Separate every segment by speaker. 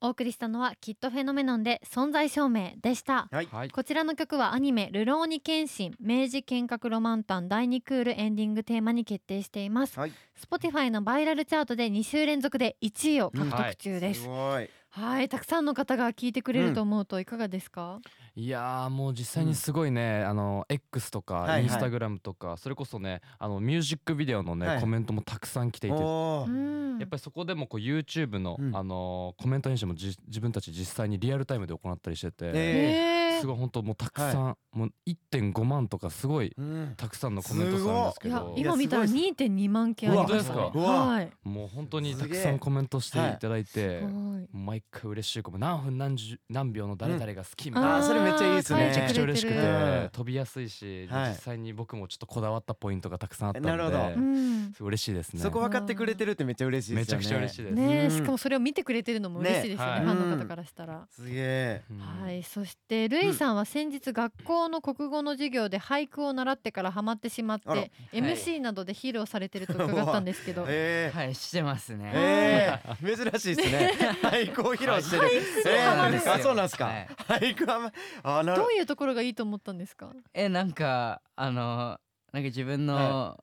Speaker 1: お送りしたのはきっとフェノメノンで存在証明でした
Speaker 2: はい
Speaker 3: はい
Speaker 1: こちらの曲はアニメルローニケンシン明治剣閣ロマンタン第2クールエンディングテーマに決定しています
Speaker 2: はい
Speaker 1: Spotify のバイラルチャートで2週連続で1位を獲得中ですす
Speaker 2: ごい
Speaker 1: はいたくさんの方が聞いてくれ
Speaker 2: うん
Speaker 1: ると思うといかがですか、
Speaker 3: いやーもう実際にすごいね、あの X と
Speaker 2: は
Speaker 3: か
Speaker 2: いはい
Speaker 3: インスタグラムとか、それこそねあのミュージックビデオのね、
Speaker 2: はい
Speaker 3: コメントもたくさん来ていて
Speaker 2: お
Speaker 1: う
Speaker 2: ー
Speaker 1: ん
Speaker 3: やっぱりそこでもこう YouTube の、
Speaker 2: うん
Speaker 3: あのーコメント編集もじ自分たち実際にリアルタイムで行ったりしてて、
Speaker 2: え
Speaker 1: え
Speaker 3: すごい本当もうたくさん、もう1.5万とかすごい
Speaker 2: うん
Speaker 3: たくさんのコメントされるんです
Speaker 1: い
Speaker 3: け
Speaker 1: や
Speaker 3: ど
Speaker 2: いや
Speaker 1: 今見たら
Speaker 2: すごい
Speaker 1: 2.2万件ありました
Speaker 3: うわ
Speaker 1: ね
Speaker 3: 本
Speaker 2: か
Speaker 3: 当です
Speaker 1: はい
Speaker 3: もう本当に
Speaker 2: すげ
Speaker 3: た
Speaker 2: え
Speaker 3: くさんコメントしていただいて、
Speaker 1: はい
Speaker 3: 毎回嬉しいコメント何分何十何秒の誰々が好きみたいな、
Speaker 2: あーそれめっちゃいいですね
Speaker 1: 書
Speaker 3: め
Speaker 1: い
Speaker 3: ち
Speaker 1: て
Speaker 3: ゃ
Speaker 1: く
Speaker 3: く
Speaker 1: れ
Speaker 3: ち
Speaker 1: て
Speaker 3: ゃ
Speaker 1: る
Speaker 3: 嬉しく
Speaker 2: 書いる
Speaker 3: て飛びやすいし、
Speaker 2: はい
Speaker 3: 実際に僕もちょっとこだわったポイントがたくさんあった
Speaker 2: なるほ
Speaker 3: の
Speaker 2: ど
Speaker 3: で
Speaker 1: う、ん
Speaker 3: すごい嬉しいですね
Speaker 2: そこ分かってくれてるってめっちゃ嬉しいで
Speaker 3: め
Speaker 2: す
Speaker 3: ちゃ
Speaker 2: よね
Speaker 3: くちゃ嬉しいです、
Speaker 1: ね
Speaker 2: う
Speaker 1: え
Speaker 2: ん
Speaker 1: しかもそれを見てくれてるのも嬉しいですよねフ
Speaker 3: ね
Speaker 1: ァン
Speaker 2: は
Speaker 1: の
Speaker 2: い
Speaker 1: 方からしたら。
Speaker 2: すげえ
Speaker 3: うん
Speaker 1: はい、そしてルイさんは先日学校の国語の授業で俳句を習ってからハマってしまって、
Speaker 2: あら
Speaker 1: MC などで披露されてると伺ったんです けど、
Speaker 2: えー
Speaker 4: はいしてますね、
Speaker 2: えー、珍しいです ね。俳句を披露してる。え
Speaker 4: そうなんです
Speaker 2: ー
Speaker 4: よ
Speaker 2: あ、そうなんですか
Speaker 4: はい。
Speaker 2: 俳句は、あ、なる
Speaker 1: どういうところがいいと思ったんですか
Speaker 4: えなんかあのなんか自分の、
Speaker 2: は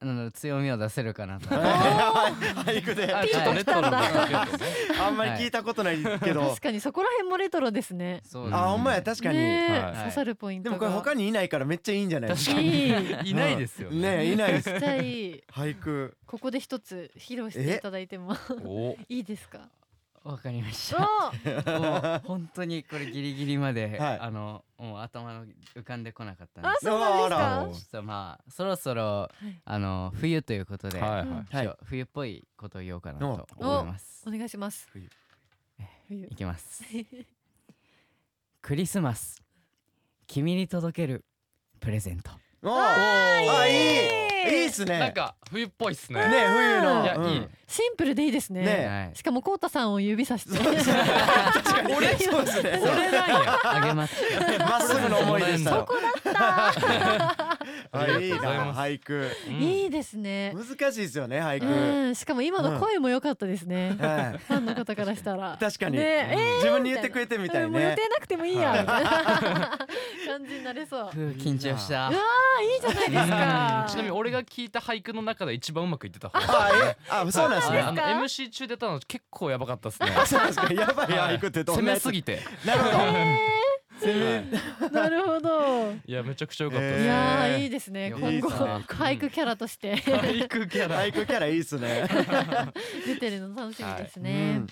Speaker 4: なんだろう強みを出せるかなと
Speaker 2: 俳句で
Speaker 3: あ
Speaker 4: ピン
Speaker 3: ちょっ
Speaker 4: と
Speaker 3: と
Speaker 4: き
Speaker 3: レトロな
Speaker 1: たんだ
Speaker 3: 感じですね
Speaker 2: あんまり聞いたことないけど
Speaker 1: 確、かにそこら辺もレトロですね
Speaker 4: そうですね
Speaker 2: あ、ほんまや確かに。
Speaker 1: ねえ
Speaker 3: はい
Speaker 1: 刺さるポイン
Speaker 2: で
Speaker 1: ト
Speaker 2: も
Speaker 1: が
Speaker 2: これ他にいないからめっちゃいいんじゃないですか。
Speaker 3: 確かに
Speaker 1: いい
Speaker 3: いないですよね。
Speaker 2: ねえいないで
Speaker 1: ち
Speaker 2: す。
Speaker 1: っちゃい
Speaker 2: 俳句。
Speaker 1: ここで一つ披露していただいても
Speaker 3: お
Speaker 1: いいですか
Speaker 4: わかりました
Speaker 1: お
Speaker 4: もう本当にこれギリギリまで、
Speaker 2: はい
Speaker 4: あのもう頭の浮かんでこなかったんで
Speaker 1: あ
Speaker 4: す
Speaker 1: そうなんです
Speaker 2: あ
Speaker 1: か
Speaker 4: ちょっとまあそろそろ
Speaker 1: はい
Speaker 4: あの冬ということで、
Speaker 3: はいはい。
Speaker 1: うん
Speaker 2: はい
Speaker 4: 一応冬っぽいことを言おうかなと思います
Speaker 1: お願いします
Speaker 2: 冬
Speaker 1: 冬
Speaker 4: いきます。クリスマス。君に届けるプレゼント。
Speaker 2: おあいい。いいっすね。
Speaker 3: なん
Speaker 2: ね
Speaker 3: か冬っぽいっすね。
Speaker 2: 冬の。
Speaker 3: いや
Speaker 2: うん
Speaker 3: いい。
Speaker 1: シンプルでいいですね
Speaker 2: ねえ
Speaker 4: はい
Speaker 1: し。かもコウタさんを指さして
Speaker 2: 俺そうですね。
Speaker 4: れなんや。あげます。
Speaker 2: まっすぐの思いでしたよ。
Speaker 3: そ
Speaker 1: こだった
Speaker 2: あいい
Speaker 3: ありがとうござい
Speaker 2: な
Speaker 3: ます
Speaker 2: 俳句。
Speaker 3: うん
Speaker 1: いいですね。
Speaker 2: 難しいですよね俳句。
Speaker 1: うん、しかも今の声も良かったですね。
Speaker 2: はい
Speaker 1: ファンの方からしたら。
Speaker 2: 確かに
Speaker 1: ねええー
Speaker 2: 自分に言ってくれてるみたい
Speaker 1: もう予
Speaker 2: ね
Speaker 1: 定。なくてもいいやみたいな 感じになれそう。あ
Speaker 4: 緊張した
Speaker 1: うわ。ーいいじゃないですか。
Speaker 3: ちなみに俺が聞いた俳句の中で一番うまくいってた方。
Speaker 2: あえあそうなんです
Speaker 3: はい
Speaker 2: ね
Speaker 3: あ。の
Speaker 1: ですか
Speaker 3: MC 中でやったの結構やばかったっすね。
Speaker 2: そうなんですか。や ばい俳句ってど
Speaker 3: 攻
Speaker 2: んな
Speaker 3: め
Speaker 2: やつ
Speaker 3: す。ぎて。
Speaker 2: なるほど。
Speaker 1: なるほど。
Speaker 3: いやめちゃくちゃ良かった
Speaker 2: え
Speaker 1: い
Speaker 3: で
Speaker 1: やーいいですね。
Speaker 4: よ
Speaker 2: かった
Speaker 1: 今後
Speaker 2: いいですね
Speaker 1: 俳句キャラとして
Speaker 3: す。俳句キャラ。
Speaker 2: 俳句キャラいいっすね。
Speaker 1: 出てるの楽しみです
Speaker 2: う
Speaker 1: ね
Speaker 2: ん。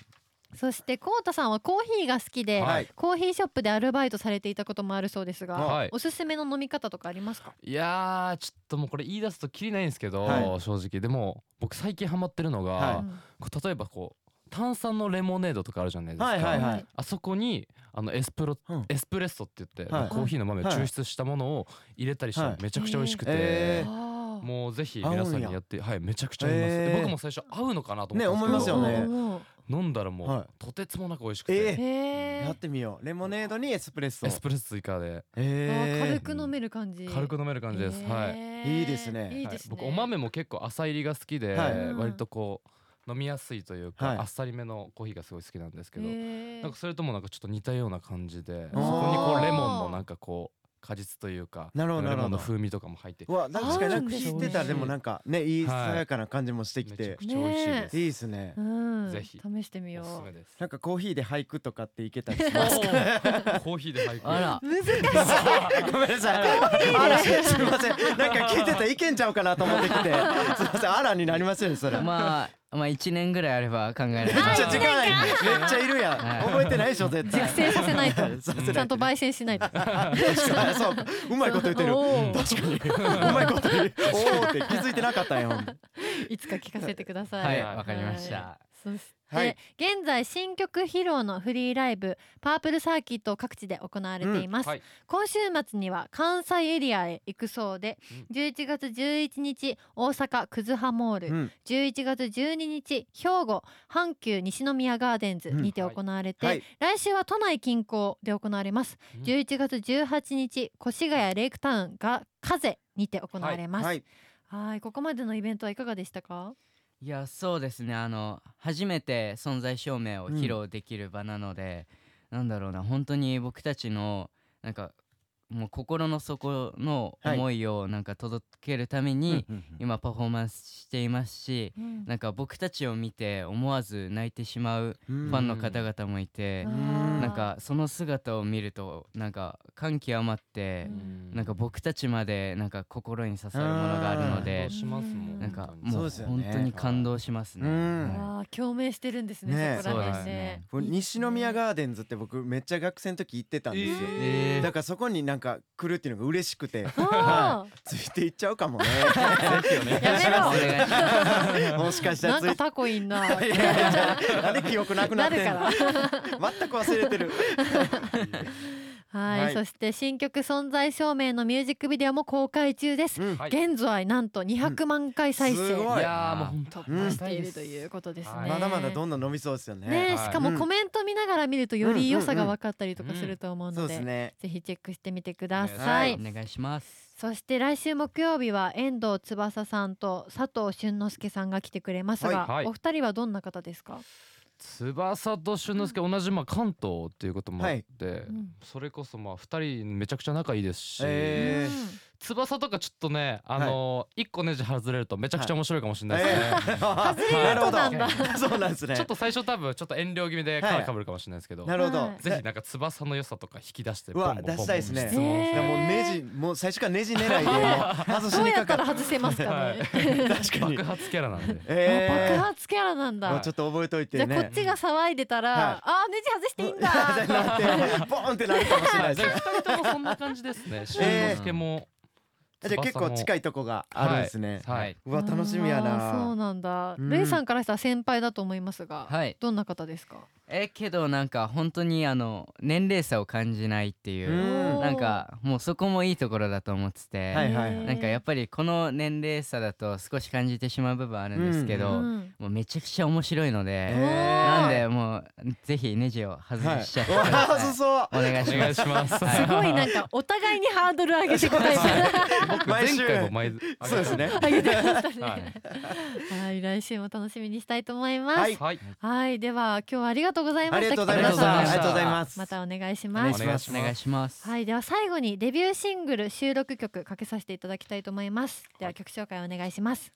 Speaker 1: そしてコウタさんはコーヒーが好きで、
Speaker 2: はい
Speaker 1: コーヒーショップでアルバイトされていたこともあるそうですが、
Speaker 3: はい
Speaker 1: おすすめの飲み方とかありますか？
Speaker 3: いやーちょっともうこれ言い出すときりないんですけど、
Speaker 2: はい
Speaker 3: 正直でも僕最近ハマってるのが、
Speaker 2: は
Speaker 3: こう例えばこう炭酸のレモネードとかあるじゃないですか。
Speaker 2: はいはいはい。
Speaker 3: あそこにあのエスプロ
Speaker 2: うん
Speaker 3: エスプレッソって言って、
Speaker 2: はい
Speaker 3: コーヒーの豆を抽出したものを入れたりして、
Speaker 2: はい
Speaker 3: めちゃくちゃ美味しくて、
Speaker 2: えー
Speaker 1: あー
Speaker 3: もうぜひ皆さんにやってはいめちゃくちゃ合います、
Speaker 2: えー
Speaker 3: で僕も最初合うのかなと思ったんですけど
Speaker 2: ね思いますよね
Speaker 1: おうおうおう
Speaker 3: 飲んだらもう、
Speaker 2: はい
Speaker 3: とてつもなく美味しく
Speaker 2: え
Speaker 3: て、
Speaker 1: へ
Speaker 2: や
Speaker 1: ー
Speaker 2: ってみよう。レモネードにエスプレッソ
Speaker 3: エ。スプレッソ追加で
Speaker 1: あー
Speaker 2: え
Speaker 1: 軽く飲める感じ。
Speaker 3: 軽く飲める感じです、
Speaker 1: へ
Speaker 3: はい、
Speaker 1: ー
Speaker 2: いいですね
Speaker 1: いい
Speaker 3: は
Speaker 1: で
Speaker 3: い
Speaker 1: すね。
Speaker 3: 僕お豆も結構浅入りが好きで、
Speaker 2: はい
Speaker 1: うん
Speaker 3: 割とこう飲みやすいというか、
Speaker 2: はい
Speaker 3: あっさりめのコーヒーがすごい好きなんですけど、
Speaker 1: へー
Speaker 3: なんかそれともなんかちょっと似たような感じでそ
Speaker 2: あー
Speaker 3: こにこうレモンのなんかこう果実というか
Speaker 2: なるほどなる
Speaker 3: レ
Speaker 2: ほど
Speaker 3: モンの風味とかも入って
Speaker 2: うわ確か
Speaker 1: 合
Speaker 2: にな
Speaker 1: うんん
Speaker 2: か
Speaker 1: でしょ
Speaker 2: 聞
Speaker 1: う
Speaker 2: い
Speaker 1: ね
Speaker 2: てたらでもなんかねいい
Speaker 3: はい
Speaker 2: 爽やかな感じもしてき
Speaker 3: めちゃ
Speaker 2: て
Speaker 3: くちゃ美味しいです、
Speaker 2: いいですね。
Speaker 1: うん
Speaker 3: ぜひ
Speaker 1: 試してみよ
Speaker 3: お
Speaker 1: う
Speaker 3: すすめです
Speaker 2: なんかコーヒーで俳句とかっていけたりし
Speaker 3: お
Speaker 2: ます
Speaker 3: ー コーヒーで俳句
Speaker 4: あら。
Speaker 1: 難しい
Speaker 2: ごめんなさ い。あらすみません。なんか聞いてたらいけんちゃうかなと思 ってきて。すみません。あらになりますよねそれ。めっ
Speaker 4: まあまあ一年ぐらいあれば考えら れ
Speaker 2: ち
Speaker 4: ま
Speaker 2: ゃ
Speaker 4: す。
Speaker 2: 時間ない。めっちゃいるやん。
Speaker 4: はい
Speaker 2: 覚えてないでしょ絶対。
Speaker 1: 熟成させ ないと
Speaker 2: させないとね
Speaker 1: ちゃんと焙煎し ないと
Speaker 2: そううまいこと言ってる
Speaker 1: おー
Speaker 2: 確かにうまいこと言うおおって気づいてなかったんよ
Speaker 1: いつか聞かせてくださ
Speaker 4: はいい、わかりました。
Speaker 1: そして、
Speaker 2: はい
Speaker 1: 現在新曲披露のフリーライブパープルサーキット各地で行われています、
Speaker 3: うんはい
Speaker 1: 今週末には関西エリアへ行くそうで、
Speaker 3: う
Speaker 1: 11月11日大阪くずはモール、
Speaker 2: うん
Speaker 1: 11月12日兵庫阪急西宮ガーデンズにて行われて、
Speaker 2: はい
Speaker 1: 来週は都内近郊で行われます、
Speaker 3: うん
Speaker 1: 11月18日越谷レイクタウンが風にて行われます、
Speaker 2: は
Speaker 1: はいいここまでのイベントはいかがでしたか
Speaker 4: いやそうですねあの初めて存在証明を披露できる場なので、なんだろうな本当に僕たちのなんかもう心の底の思いをなんか届けるために、今パフォーマンスしていますし
Speaker 1: うん
Speaker 4: なんか僕たちを見て思わず泣いてしまう
Speaker 2: うん
Speaker 4: ファンの方々もいて
Speaker 1: う、
Speaker 2: ん
Speaker 4: なんかその姿を見るとなんか感極まっ
Speaker 1: う
Speaker 4: て、
Speaker 1: ん
Speaker 4: なんか僕たちまでなんか心に刺さるものがあるので
Speaker 3: 感動しますもん
Speaker 4: なんか
Speaker 2: そう
Speaker 4: もう
Speaker 2: ですよね
Speaker 4: 本当に感動しますね。
Speaker 2: うん
Speaker 4: はい
Speaker 1: わあ共鳴してるんですね
Speaker 2: ねえ
Speaker 1: そこら
Speaker 4: そうです
Speaker 1: 辺で
Speaker 4: ね
Speaker 2: これ西宮ガーデンズって僕めっちゃ学生の時行ってたんですよ、
Speaker 3: え
Speaker 2: だからそこになんか来るっていうのが嬉しく て、
Speaker 1: あ
Speaker 2: はい、ついていっちゃう かもね
Speaker 1: ーやめろ
Speaker 4: お願いしま
Speaker 2: もしかした
Speaker 1: な
Speaker 2: ら
Speaker 1: ん
Speaker 2: つい
Speaker 1: か タコいんな
Speaker 2: いやいやいやなんで記憶なく
Speaker 1: な
Speaker 2: なって
Speaker 1: るか
Speaker 2: んの
Speaker 1: ら
Speaker 2: 全く忘れてる
Speaker 1: はい、
Speaker 2: はい
Speaker 1: そして新曲存在証明のミュージックビデオも公開中です、
Speaker 2: うん
Speaker 3: はい
Speaker 1: 現在なんと200万回再生、
Speaker 2: すご
Speaker 3: い
Speaker 2: い
Speaker 3: やーもう本当
Speaker 2: うん
Speaker 1: しているということですね、
Speaker 3: はい
Speaker 2: まだまだどんどん伸びそうですよね
Speaker 1: ねえ、
Speaker 3: はい
Speaker 1: しかもコメント見ながら見るとより良さが分かったりとか
Speaker 3: うん
Speaker 1: すると思う
Speaker 2: そ
Speaker 1: の
Speaker 2: う
Speaker 1: で,、
Speaker 2: ですね
Speaker 1: ぜひチェックしてみてくださ、
Speaker 2: はいい
Speaker 4: す。お願いします。
Speaker 1: そして来週木曜日は遠藤翼さんと佐藤俊之介さんが来てくれますが、
Speaker 3: はいはい
Speaker 1: お二人はどんな方ですか、
Speaker 3: 翼と俊之介同じまあ関東っていうこともあって、
Speaker 1: うん
Speaker 3: それこそまあ二人めちゃくちゃ仲いいですし、
Speaker 2: えー
Speaker 3: 翼とかちょっとねあのー一、個ネジ外れるとめちゃくちゃ面白いかもしれないですね、
Speaker 2: 外
Speaker 1: れるとなんだ
Speaker 2: そうなんですね
Speaker 3: ちょっと最初多分ちょっと遠慮気味で
Speaker 2: はい
Speaker 3: カラかぶるかもしれないですけど、
Speaker 2: なるほど
Speaker 1: はい
Speaker 3: ぜひなんか翼の良さとか引き出して
Speaker 2: う
Speaker 3: ポン
Speaker 2: わ
Speaker 3: ポンポンポン
Speaker 2: 出したいですね
Speaker 3: 質問
Speaker 1: え
Speaker 2: い
Speaker 1: ー
Speaker 2: やもうネジもう最初からネジ 狙いでもう外し
Speaker 1: どう
Speaker 2: に
Speaker 1: や
Speaker 2: か
Speaker 1: った
Speaker 2: かっ
Speaker 1: ら外せます か ね、
Speaker 2: 確かに
Speaker 3: 爆発キャ ラなんで
Speaker 1: あ
Speaker 2: え
Speaker 1: 爆発キャラなん
Speaker 2: ー
Speaker 1: だ、
Speaker 2: もうちょっと覚えとい
Speaker 1: じゃ
Speaker 2: て
Speaker 1: あこっ
Speaker 2: ね
Speaker 1: ちが騒いでたら、
Speaker 2: はい
Speaker 1: あーネジ外していい んだ
Speaker 2: なってボーンってなるかもしれな
Speaker 3: はいい、
Speaker 2: で
Speaker 3: ですも
Speaker 2: ね
Speaker 3: 二人とも そんな感じですね俊之介も、
Speaker 2: じゃあ結構近
Speaker 3: い
Speaker 2: いとこがあるんですね
Speaker 3: はい、
Speaker 2: うわ楽しみや
Speaker 1: あーそう
Speaker 2: な
Speaker 1: なんだ、
Speaker 2: うん
Speaker 1: ルイさんからしたら先輩だと思いますが、
Speaker 4: はい。
Speaker 1: どんな方ですか
Speaker 4: えけどなんか本当にあの年齢差を感じないっていうう、
Speaker 1: おー
Speaker 2: ん
Speaker 4: なんかもうそこもいいところだと思ってて、
Speaker 2: はいはいはい
Speaker 4: なんかやっぱりこの年齢差だと少し感じてしまう部分あるんですけど、
Speaker 1: うん
Speaker 4: もうめちゃくちゃ面白いの
Speaker 2: え
Speaker 4: で、
Speaker 2: ー
Speaker 4: なんでもうぜひネジを 外しちゃってください
Speaker 2: わあそうそう
Speaker 4: お願いし
Speaker 3: お
Speaker 4: ま
Speaker 3: 願い
Speaker 4: す。
Speaker 3: します
Speaker 1: すごいなんかお互いにハードル上げてく れた
Speaker 3: 僕
Speaker 2: 毎
Speaker 3: 前
Speaker 2: 週
Speaker 3: 回も前
Speaker 2: そうですね
Speaker 1: 上げてましたね、
Speaker 3: は
Speaker 1: はいい、来週も楽しみにしたいと思いますは、
Speaker 2: はいい
Speaker 3: はい
Speaker 1: では今日はありがとうございま
Speaker 2: あ
Speaker 1: し
Speaker 2: り
Speaker 1: た
Speaker 2: がとうございまし
Speaker 4: あ
Speaker 2: たあり
Speaker 4: りが
Speaker 2: がとう
Speaker 4: とう
Speaker 2: ご
Speaker 4: ござ
Speaker 2: ざ
Speaker 4: い
Speaker 2: い
Speaker 4: ま
Speaker 2: ますす
Speaker 1: またお願いし
Speaker 2: お
Speaker 1: ま
Speaker 2: 願
Speaker 1: す
Speaker 2: いします
Speaker 4: お願いします。
Speaker 1: はいでは最後にデビューシングル収録曲かけさせていただきたいと思いますでは曲紹介お願いします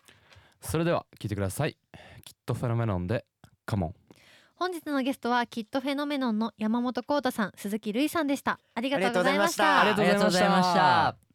Speaker 3: それでは聞いてくださいきっとフェノメノンでカモン
Speaker 1: 本日のゲストはきっとフェノメノンの山本幸太さん鈴木瑠衣さんでしたありがとうございまし
Speaker 2: あ
Speaker 1: た
Speaker 2: りがとうございました
Speaker 4: ありがとうございました。